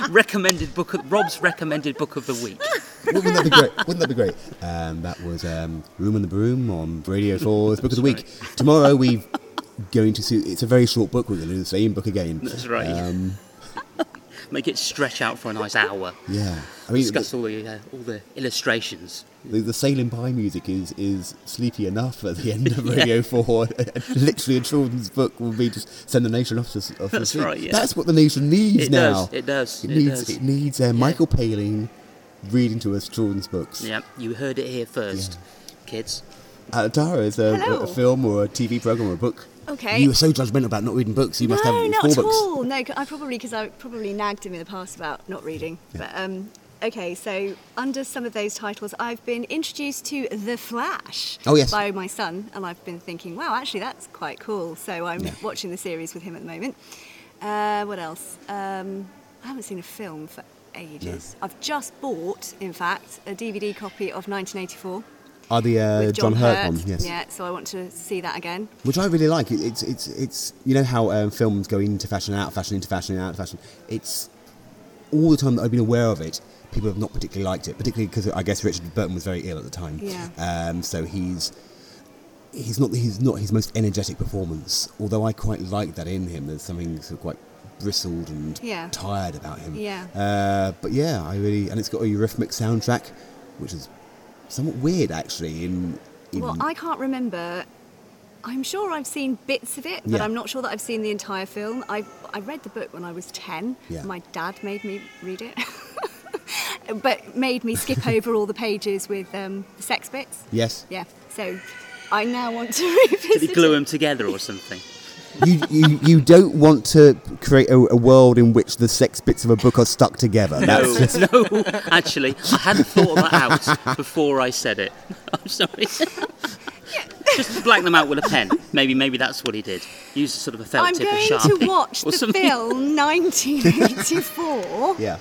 D: recommended book. Of, Rob's recommended book of the week.
C: wouldn't that be great? Wouldn't that be great? Um, that was um, Room on the Broom on Radio 4's Book of the Week. Tomorrow we're going to see, it's a very short book, we're going to do the same book again.
D: That's right.
C: Um,
D: Make it stretch out for a nice hour.
C: yeah. I mean,
D: Discuss
C: the,
D: all the uh, all the illustrations.
C: the, the Sailing Pie music is, is sleepy enough at the end of Radio 4. Literally, a children's book will be just send the nation off to, s- off to
D: That's
C: sleep.
D: right, yeah.
C: That's what the nation needs
D: It
C: now.
D: does. It does.
C: It
D: It,
C: needs,
D: does.
C: it needs uh, Michael Paling reading to us children's books.
D: Yeah, you heard it here first, kids.
C: Atara is a,
E: Hello.
C: a film or a TV program or a book.
E: Okay.
C: You were so judgmental about not reading books. You must
E: no,
C: have
E: not
C: four
E: at
C: books.
E: all. No, 'cause I probably because I probably nagged him in the past about not reading. But um, okay, so under some of those titles, I've been introduced to The Flash.
C: Oh, yes.
E: By my son, and I've been thinking, wow, actually that's quite cool. So I'm watching the series with him at the moment. Uh, what else? Um, I haven't seen a film for ages. I've just bought, in fact, a DVD copy of 1984
C: Are the uh,
E: with John,
C: Hurt
E: Hurt.
C: one? Yes.
E: Yeah, so I want to see that again.
C: Which I really like. It, it's it's it's you know how um, films go into fashion, out of fashion, into fashion, out of fashion. It's all the time that I've been aware of it. People have not particularly liked it, particularly because I guess Richard Burton was very ill at the time.
E: Yeah.
C: Um, so he's he's not he's not his most energetic performance. Although I quite like that in him. There's something sort of quite bristled and
E: Yeah.
C: tired about him.
E: Yeah.
C: Uh, but yeah, I really and it's got a Eurythmics soundtrack, which is somewhat weird actually. In, in
D: Mm-hmm.
E: Well, I can't remember. I'm sure I've seen bits of it, but
C: Yeah.
E: I'm not sure that I've seen the entire film. I I read the book when I was 10.
C: Yeah.
E: My dad made me read it. but made me skip over all the pages with um, the sex bits.
C: yes.
E: Yeah. So I now want to
D: Did
E: revisit
D: he glue
E: it.
D: them together or something?
C: you, you, you don't want to create a, a world in which the sex bits of a book are stuck together. That's
D: No,
C: just,
D: no. Actually, I hadn't thought that out before I said it. I'm sorry. Just black them out with a pen. Maybe, maybe that's what he did. Use sort of a felt
E: I'm
D: tip
E: going
D: of sharpie
E: to watch
D: or
E: the
D: something.
E: film 1984.
C: yeah.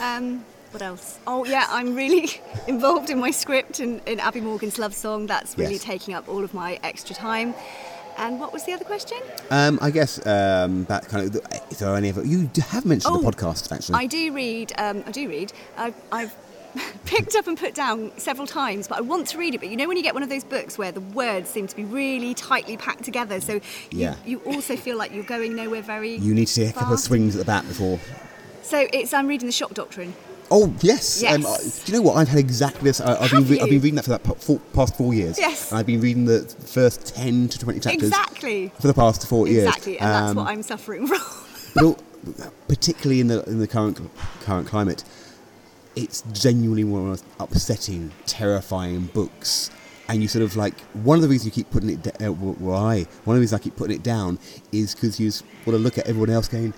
E: Um, what else? Oh yeah, I'm really involved in my script and in Abby Morgan's love song. That's really
C: Yes.
E: taking up all of my extra time. And what was the other question?
C: Um, I guess um, that kind of. Is there any other? You d- have mentioned the
E: Oh,
C: podcast actually.
E: I do read. Um, I do read. I've, I've picked up and put down several times, but I want to read it. But you know when you get one of those books where the words seem to be really tightly packed together, so you,
C: Yeah.
E: you also feel like you're going nowhere very.
C: you need to take a couple of
E: fast.
C: swings at the bat before.
E: So it's I'm reading the Shock Doctrine.
C: Oh yes.
E: Yes.
C: I- do you know what? I've had exactly this. I, I've been
E: Have
C: re- I've
E: you?
C: been reading that for that po- four, past four years.
E: Yes.
C: And I've been reading the first ten to twenty chapters.
E: Exactly.
C: For the past four years.
E: Exactly, and that's
C: Um,
E: what I'm suffering from.
C: but all, particularly in the in the current current climate, it's genuinely one of the most upsetting, terrifying books. And you sort of like one of the reasons you keep putting it. Da- uh, well, well, I one of the reasons I keep putting it down is because you just want to look at everyone else going.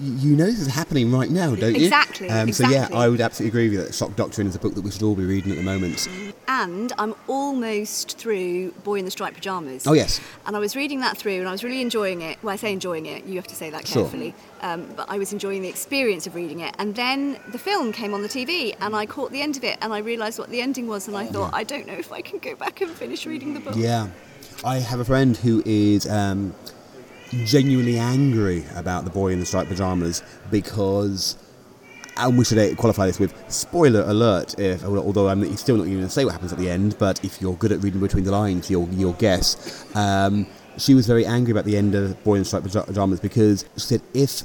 C: "Y- You know this is happening right now, don't you?
E: Exactly,
C: Um, so yeah,
E: exactly.
C: I would absolutely agree with you that Shock Doctrine is a book that we should all be reading at the moment.
E: and I'm almost through Boy in the Striped Pajamas.
C: Oh yes,
E: And I was reading that through and I was really enjoying it. Well, I say enjoying it, you have to say that
C: Sure.
E: carefully. Um, but I was enjoying the experience of reading it. And then the film came on the TV and I caught the end of it and I realised what the ending was and
C: Oh.
E: I thought, I don't know if I can go back and finish reading the book.
C: Yeah, I have a friend who is um, genuinely angry about the boy in the striped pajamas because, and we should uh, qualify this with spoiler alert. If although I'm still not going to say what happens at the end, but if you're good at reading between the lines, you'll you'll guess. Um, she was very angry about the end of Boy in the Striped Paja- Pajamas because she said if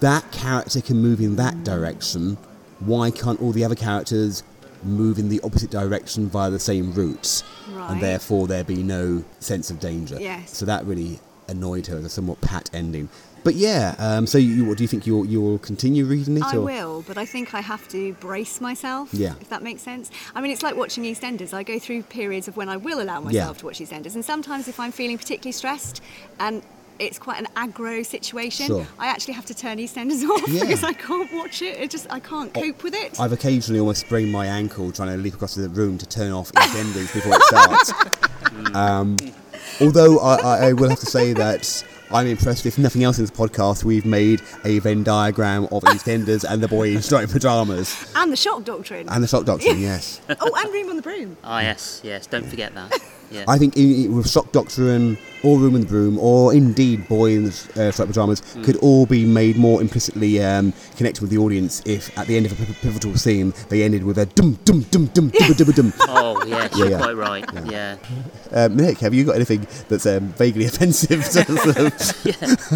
C: that character can move in that direction, why can't all the other characters move in the opposite direction via the same routes? And
E: Right.
C: therefore therefore there be no sense of danger.
E: Yes.
C: So that really annoyed her as a somewhat pat ending. But yeah, um, so you, what do you think you'll you'll continue reading it?
E: I
C: or?
E: will, but I think I have to brace myself.
C: Yeah.
E: If that makes sense. I mean, it's like watching EastEnders. I go through periods of when I will allow myself to watch EastEnders, and sometimes if I'm feeling particularly stressed and it's quite an aggro situation,
C: Sure.
E: I actually have to turn EastEnders off
C: Yeah. Oh,
E: because I can't watch it. It just I can't cope with it.
C: I've occasionally almost sprained my ankle trying to leap across the room to turn off its endings before it starts. Um, although I, I, I will have to say that I'm impressed. If nothing else in this podcast, we've made a Venn diagram of EastEnders and the boy in striped pajamas
E: and the shock doctrine.
C: and the shock doctrine. Yes,
E: oh, and Room on the Broom.
D: Ah, yes, yes. Don't forget that. Yeah.
C: I think i- i- with shock doctrine or room in the broom or indeed boy in the uh, striped pajamas could all be made more implicitly um, connected with the audience if at the end of a p- pivotal scene they ended with a dum dum dum dum dum dum dum.
D: oh, yes,
C: Yeah,
D: you're
C: yeah.
D: quite right. Yeah.
C: Uh, Nick, have you got anything that's um, vaguely offensive? To us?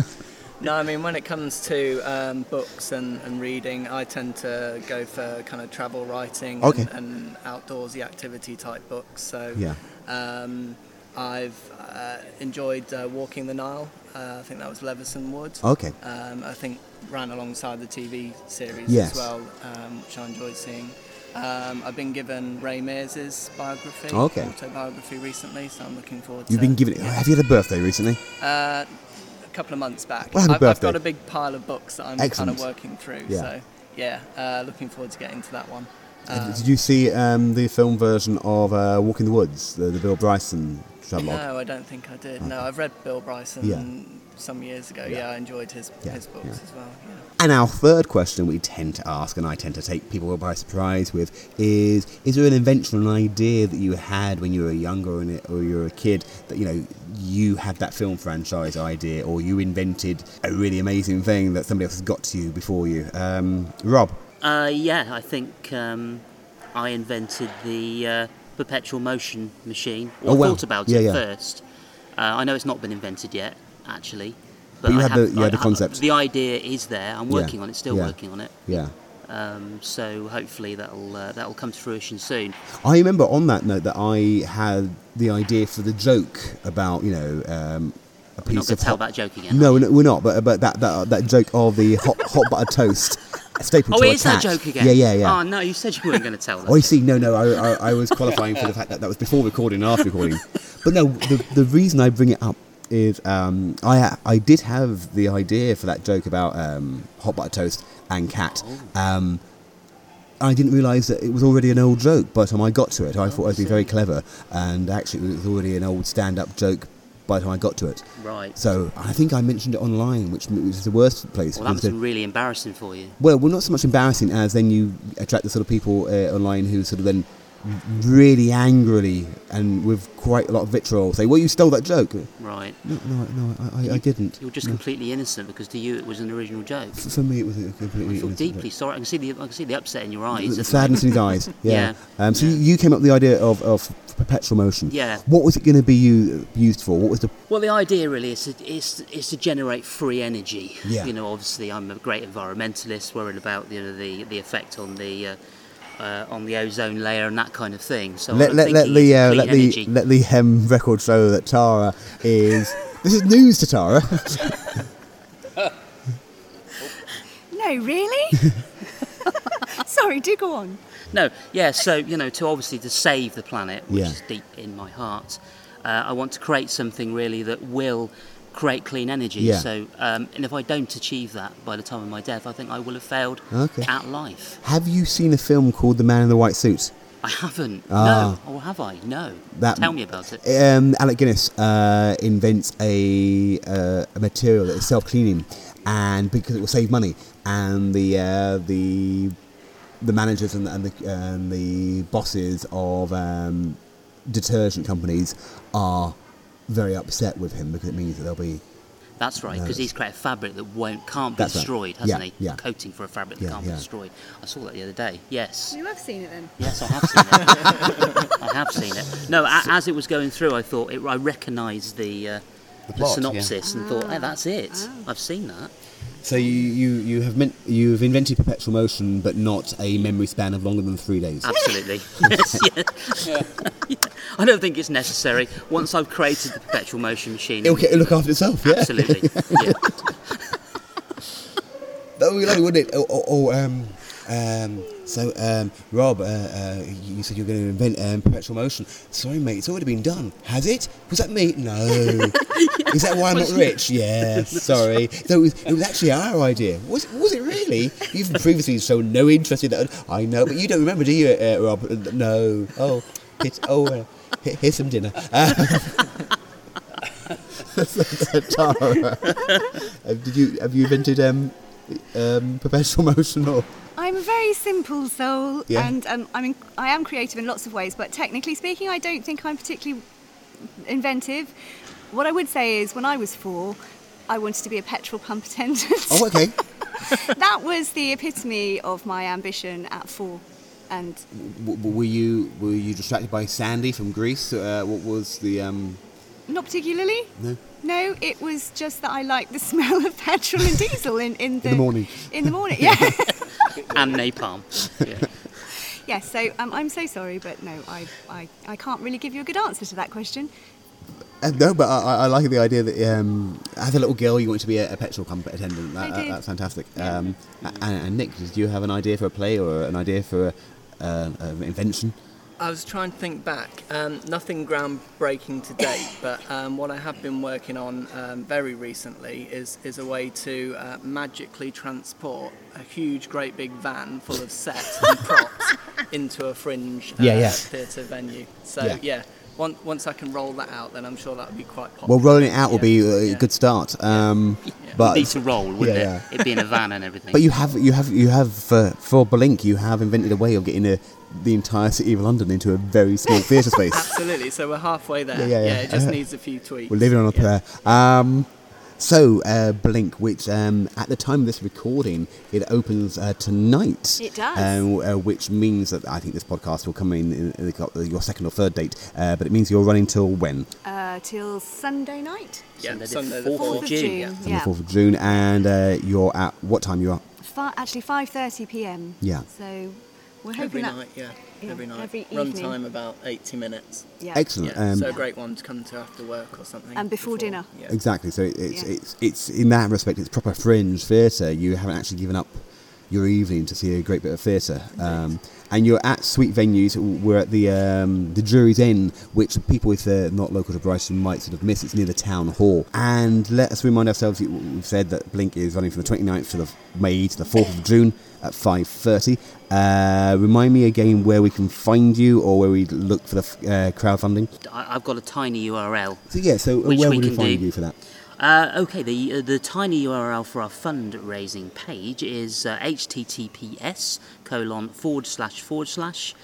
F: No, I mean, when it comes to um, books and, and reading, I tend to go for kind of travel writing
C: Okay.
F: and, and outdoorsy activity type books. So
C: yeah.
F: um, I've uh, enjoyed uh, Walking the Nile. Uh, I think that was Leveson Wood.
C: Okay.
F: Um, I think ran alongside the TV series
C: Yes.
F: as well, um, which I enjoyed seeing. Um, I've been given Ray Mears's biography,
C: Okay.
F: autobiography recently, so I'm looking forward to
C: You've been given it. Have you had a birthday recently?
F: uh, a couple of months back.
C: Well, happy
F: I've, I've
C: birthday.
F: got a big pile of books that I'm
C: Excellent.
F: kind of working through.
C: Yeah.
F: So yeah, uh, looking forward to getting to that one.
C: And Did you see um, the film version of uh, Walk in the Woods, the, the Bill Bryson travelogue?
F: No, I don't think I did. No, I've read Bill Bryson
C: Yeah.
F: some years ago.
C: Yeah.
F: Yeah, I enjoyed his,
C: Yeah,
F: his books
C: yeah.
F: as well. Yeah.
C: And our third question we tend to ask, and I tend to take people by surprise with, is: Is there an invention, or an idea that you had when you were younger and- or you were a kid that you know you had that film franchise idea, or you invented a really amazing thing that somebody else has got to you before you? Um, Rob,
D: Uh, yeah, I think um, I invented the uh, perpetual motion machine. Or
C: Oh, wow.
D: thought about
C: Yeah,
D: it
C: yeah.
D: first. Uh, I know it's not been invented yet, actually. But,
C: you
D: I
C: had
D: have-
C: the- you had
D: I-
C: the concept.
D: I- the idea is there. I'm
C: Yeah,
D: working on it. Still
C: yeah.
D: working on it.
C: yeah.
D: Um, so hopefully that'll uh, that'll come to fruition soon.
C: I remember on that note that I had the idea for the joke about you know um, a
D: We're not
C: piece
D: going
C: of
D: to tell
C: hot.
D: that joke again.
C: No, no, we're not. But but that that, that joke of the hot hot butter toast staple
D: Oh,
C: to
D: it
C: a
D: is that
C: cat.
D: joke again.
C: Yeah, yeah, yeah.
D: Oh no, you said you weren't going to tell that.
C: Oh, I see. No, no, I, I, I was qualifying for the fact that that was before recording and after recording. But no, the, the reason I bring it up is um, I I did have the idea for that joke about um, hot butter toast and cat. Um, I didn't realise that it was already an old joke by the time I got to it. I thought I'd be very clever, and actually, it was already an old stand-up joke by the time I got to it.
D: Right.
C: So I think I mentioned it online, which was the worst place.
D: well,
C: because
D: that must
C: the-
D: have been really embarrassing for you.
C: well, well, not so much embarrassing as then you attract the sort of people uh, online who sort of then really angrily and with quite a lot of vitriol say, "Well, you stole that joke." No,
D: Right.
C: no, no, I, I, I didn't.
D: You're just
C: No.
D: completely innocent because to you it was an original joke.
C: F- for me, it was a
D: I
C: completely
D: feel
C: innocent
D: deeply
C: joke.
D: sorry. I can see the I can see the upset in your eyes.
C: The
D: at the
C: sadness in
D: moment.
C: his eyes. Yeah.
D: Yeah.
C: Um, so you you came up with the idea of, of perpetual motion.
D: Yeah. Oh,
C: What was it going to be u- used for? What was the
D: Well, the idea really is to, is, is to generate free energy.
C: Yeah.
D: You know, obviously I'm a great environmentalist, worried about you know the the effect on the. Uh, uh, on the ozone layer and that kind of thing. So
C: let,
D: I'm
C: let, let
D: thinking
C: the
D: it's
C: uh,
D: clean
C: let
D: energy.
C: the let the um, record show that Tara is. this is news to Tara.
E: No, really? Sorry, do go on.
D: No, yeah. So you know, to obviously to save the planet, which
C: Yeah.
D: is deep in my heart, uh, I want to create something really that will create clean energy.
C: Yeah.
D: So, um, and if I don't achieve that by the time of my death, I think I will have failed
C: Okay.
D: at life.
C: Have you seen a film called The Man in the White Suit?
D: I haven't. No, or have I? No.
C: Ah. That-
D: Tell me about it.
C: Um, Alec Guinness uh, invents a, uh, a material that is self cleaning, and because it will save money, and the uh, the the managers and, and the and the bosses of um, detergent companies are very upset with him because it means that they'll be
D: That's right, because
C: No.
D: he's created a fabric that won't can't be
C: That's right.
D: destroyed,
C: Yeah,
D: hasn't he?
C: yeah.
D: Coating for a fabric that
C: Yeah,
D: can't
C: yeah.
D: be destroyed. I saw that the other day. Yes.
E: You have seen it then.
D: Yes, I have seen it. I have seen it. No, a, as it was going through, I thought it, I recognised the, uh, the,
H: plot, yeah.
C: Ah.
D: synopsis and thought, hey, that's it. I've seen that.
C: So you, you, you have meant you've invented perpetual motion, but not a memory span of longer than three days.
D: Uh, Absolutely. yes, yes. I don't think it's necessary. Once I've created the perpetual motion machine,
C: It'll, get- it'll look after itself. Yeah,
D: absolutely. Yeah.
C: that would be lovely, wouldn't it? Oh, oh, oh um, um, so um, Rob, uh, uh, you said you were going to invent um, perpetual motion. Sorry, mate, it's already been done. Has it? Was that me? No. Is that why I'm not rich? Yes. sorry. So it was, it was actually our idea. Was it, was it really? You've previously shown no interest in that. I know, but you don't remember, do you, uh, Rob? Uh, No. Oh, it's, oh, uh, he- here's some dinner. Um, Tara, have, did you have you invented um, um, perpetual motion or?
E: I'm a very simple soul,
C: Yeah.
E: and um, I mean, I am creative in lots of ways, but technically speaking, I don't think I'm particularly inventive. What I would say is, when I was four, I wanted to be a petrol pump attendant.
C: Oh, okay.
E: that was the epitome of my ambition at four, and
C: W- w- were you were you distracted by Sandy from Greece? Uh, what was the um?
E: not particularly.
C: No.
E: No, it was just that I liked the smell of petrol and diesel in, in, the,
C: morning.
E: In the morning, yeah.
D: And napalm. Yeah.
E: yes, so um, I'm so sorry, but no, I, I, I can't really give you a good answer to that question.
C: Uh, no, but I, I- I like the idea that um, as a little girl you want to be a, a petrol pump attendant. That,
E: I
C: that-
E: did.
C: that's fantastic. Um, a- and, and Nick, did you have an idea for a play or an idea for a, uh, an invention?
F: I was trying to think back. Um, nothing groundbreaking to date, but um, what I have been working on um, very recently is is a way to uh, magically transport a huge, great big van full of sets and props into a fringe uh,
C: Yeah, yeah.
F: theatre venue. So
C: Yeah.
F: yeah, on- once I can roll that out, then I'm sure that'll be quite popular.
C: Well, rolling it out will be a
F: Yeah.
C: good start. Um, But
D: Need to roll, wouldn't
C: Yeah,
D: it? It'd be in a van and everything.
C: But you have you have you have for for Blink you have invented a way of getting a, the entire city of London into a very small theatre space.
F: Absolutely. So we're halfway there.
C: Yeah,
F: Yeah,
C: yeah, yeah.
F: it just needs a few tweaks.
C: We're living on a
F: Yeah.
C: prayer. Um, so uh, Blink, which um, at the time of this recording, it opens uh, tonight.
E: It does.
C: um, uh, which means that I think this podcast will come in, in, in your second or third date. Uh, but it means you're running till when?
E: Uh, till Sunday night,
F: Yeah,
D: Sunday the
F: Sunday the
D: 4th of
F: 4th
E: fourth
F: of
E: of
D: June,
E: June.
D: yeah.
E: Yeah,
C: On the fourth of June, and uh, you're at what time you are?
E: Fi- actually 5:30 p.m.
C: Yeah.
E: So we're hoping
F: Every
E: that
F: night, yeah.
E: yeah,
F: Every night.
E: every
F: Run
E: evening.
F: time about 80 minutes.
E: yeah.
C: Excellent.
F: Yeah,
C: um,
F: so a great one to come to after work or something.
E: And before dinner.
F: Yeah.
C: Exactly. So it- it's,
E: Yeah.
C: it's it's in that respect, it's proper fringe theatre. You haven't actually given up your evening to see a great bit of theatre. Um, and you're at sweet venues. We're at the um, the Jury's Inn, which people if they're not local to Brighton might sort of miss. It's near the town hall. And let us remind ourselves, you- we've said that Blink is running from the 29th of May to the 4th of June at 5.30. Uh, remind me again where we can find you or where we look for the f- uh, crowdfunding.
D: I, I've got a tiny URL.
C: So yeah, so uh,
D: Which
C: where
D: we
C: would we
D: can
C: find
D: do.
C: you for that?
D: Uh, okay, the uh, the tiny URL for our fundraising page is uh, https colon forward slash forward slash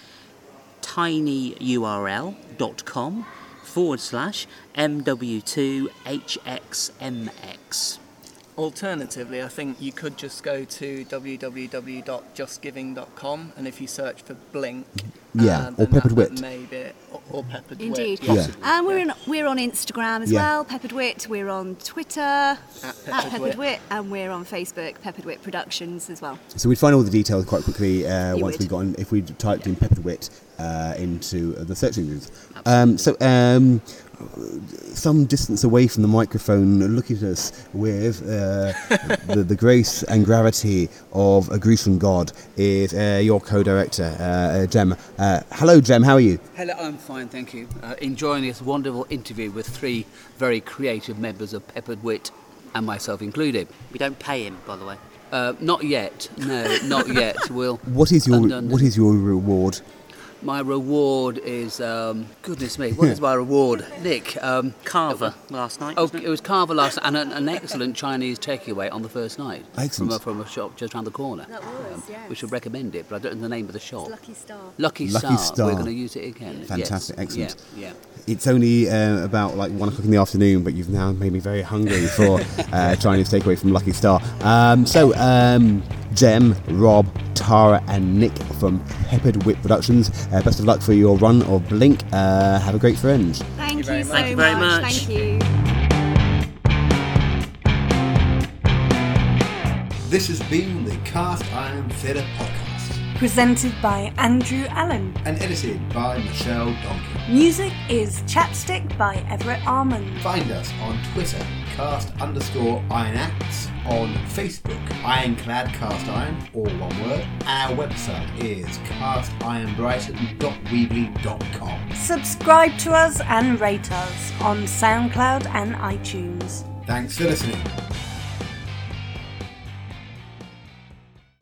D: tinyurl.com forward slash mw2hxmx.
F: Alternatively, I think you could just go to www.justgiving.com and if you search for Blink, uh,
C: Yeah, or
F: then that-
C: Peppered
F: that
C: Wit.
F: may be it. Or, or Peppered
E: Indeed.
F: Wit. Yeah.
C: Yeah.
E: And we're on, we're on Instagram as
C: Yeah.
E: well, Peppered Wit. We're on Twitter at
F: Peppered
E: Peppered
F: Wit.
E: Wit, and we're on Facebook, Peppered Wit Productions as well.
C: So we'd find all the details quite quickly uh,
E: You
C: once
E: would.
C: we got in, if we typed in peppered wit uh, into the search engines. Um, so um, some distance away from the microphone, look at us with uh, the, the grace and gravity of a Grecian god is uh, your co-director, uh, uh, Jem. Uh, hello, Jem. How are you?
I: Hello, I'm fine, thank you. Uh, enjoying this wonderful interview with three very creative members of Peppered Wit and myself included.
D: We don't pay him, by the way.
I: Uh, not yet, no, not yet. We'll.
C: What is your
I: Undone.
C: What is your reward?
I: My reward is um, goodness me. What is my reward, Nick? Um,
D: Carver last night.
I: Oh,
D: wasn't
I: it was carver last and an, an excellent Chinese takeaway on the first night
C: Excellent.
I: from a, from a shop just round the corner. Um,
E: That was, yes.
I: We should recommend it, but I don't know the name of the shop.
E: Lucky Star.
I: Lucky,
C: Lucky Star.
I: We're going to use it again. Yes,
C: Fantastic, excellent.
I: Yeah, yeah.
C: It's only uh, about like one o'clock in the afternoon, but you've now made me very hungry for uh, Chinese takeaway from Lucky Star. Um, so, um, Jem, Rob, Tara, and Nick from Peppered Whip Productions, uh, best of luck for your run of Blink. Uh, have a great fringe.
E: Thank you,
F: very
E: so
F: much. Thank
D: you very much.
E: Thank you.
C: This has been the Cast Iron Theatre Podcast
B: Presented by Andrew Allen.
C: and edited by Michelle Donkey.
B: Music is Chapstick by Everett Armand.
C: Find us on Twitter, cast underscore iron acts, on Facebook, ironclad cast iron, all one word. Our website is castironbrighton.weebly.com.
B: Subscribe to us and rate us on SoundCloud and iTunes.
C: Thanks for listening.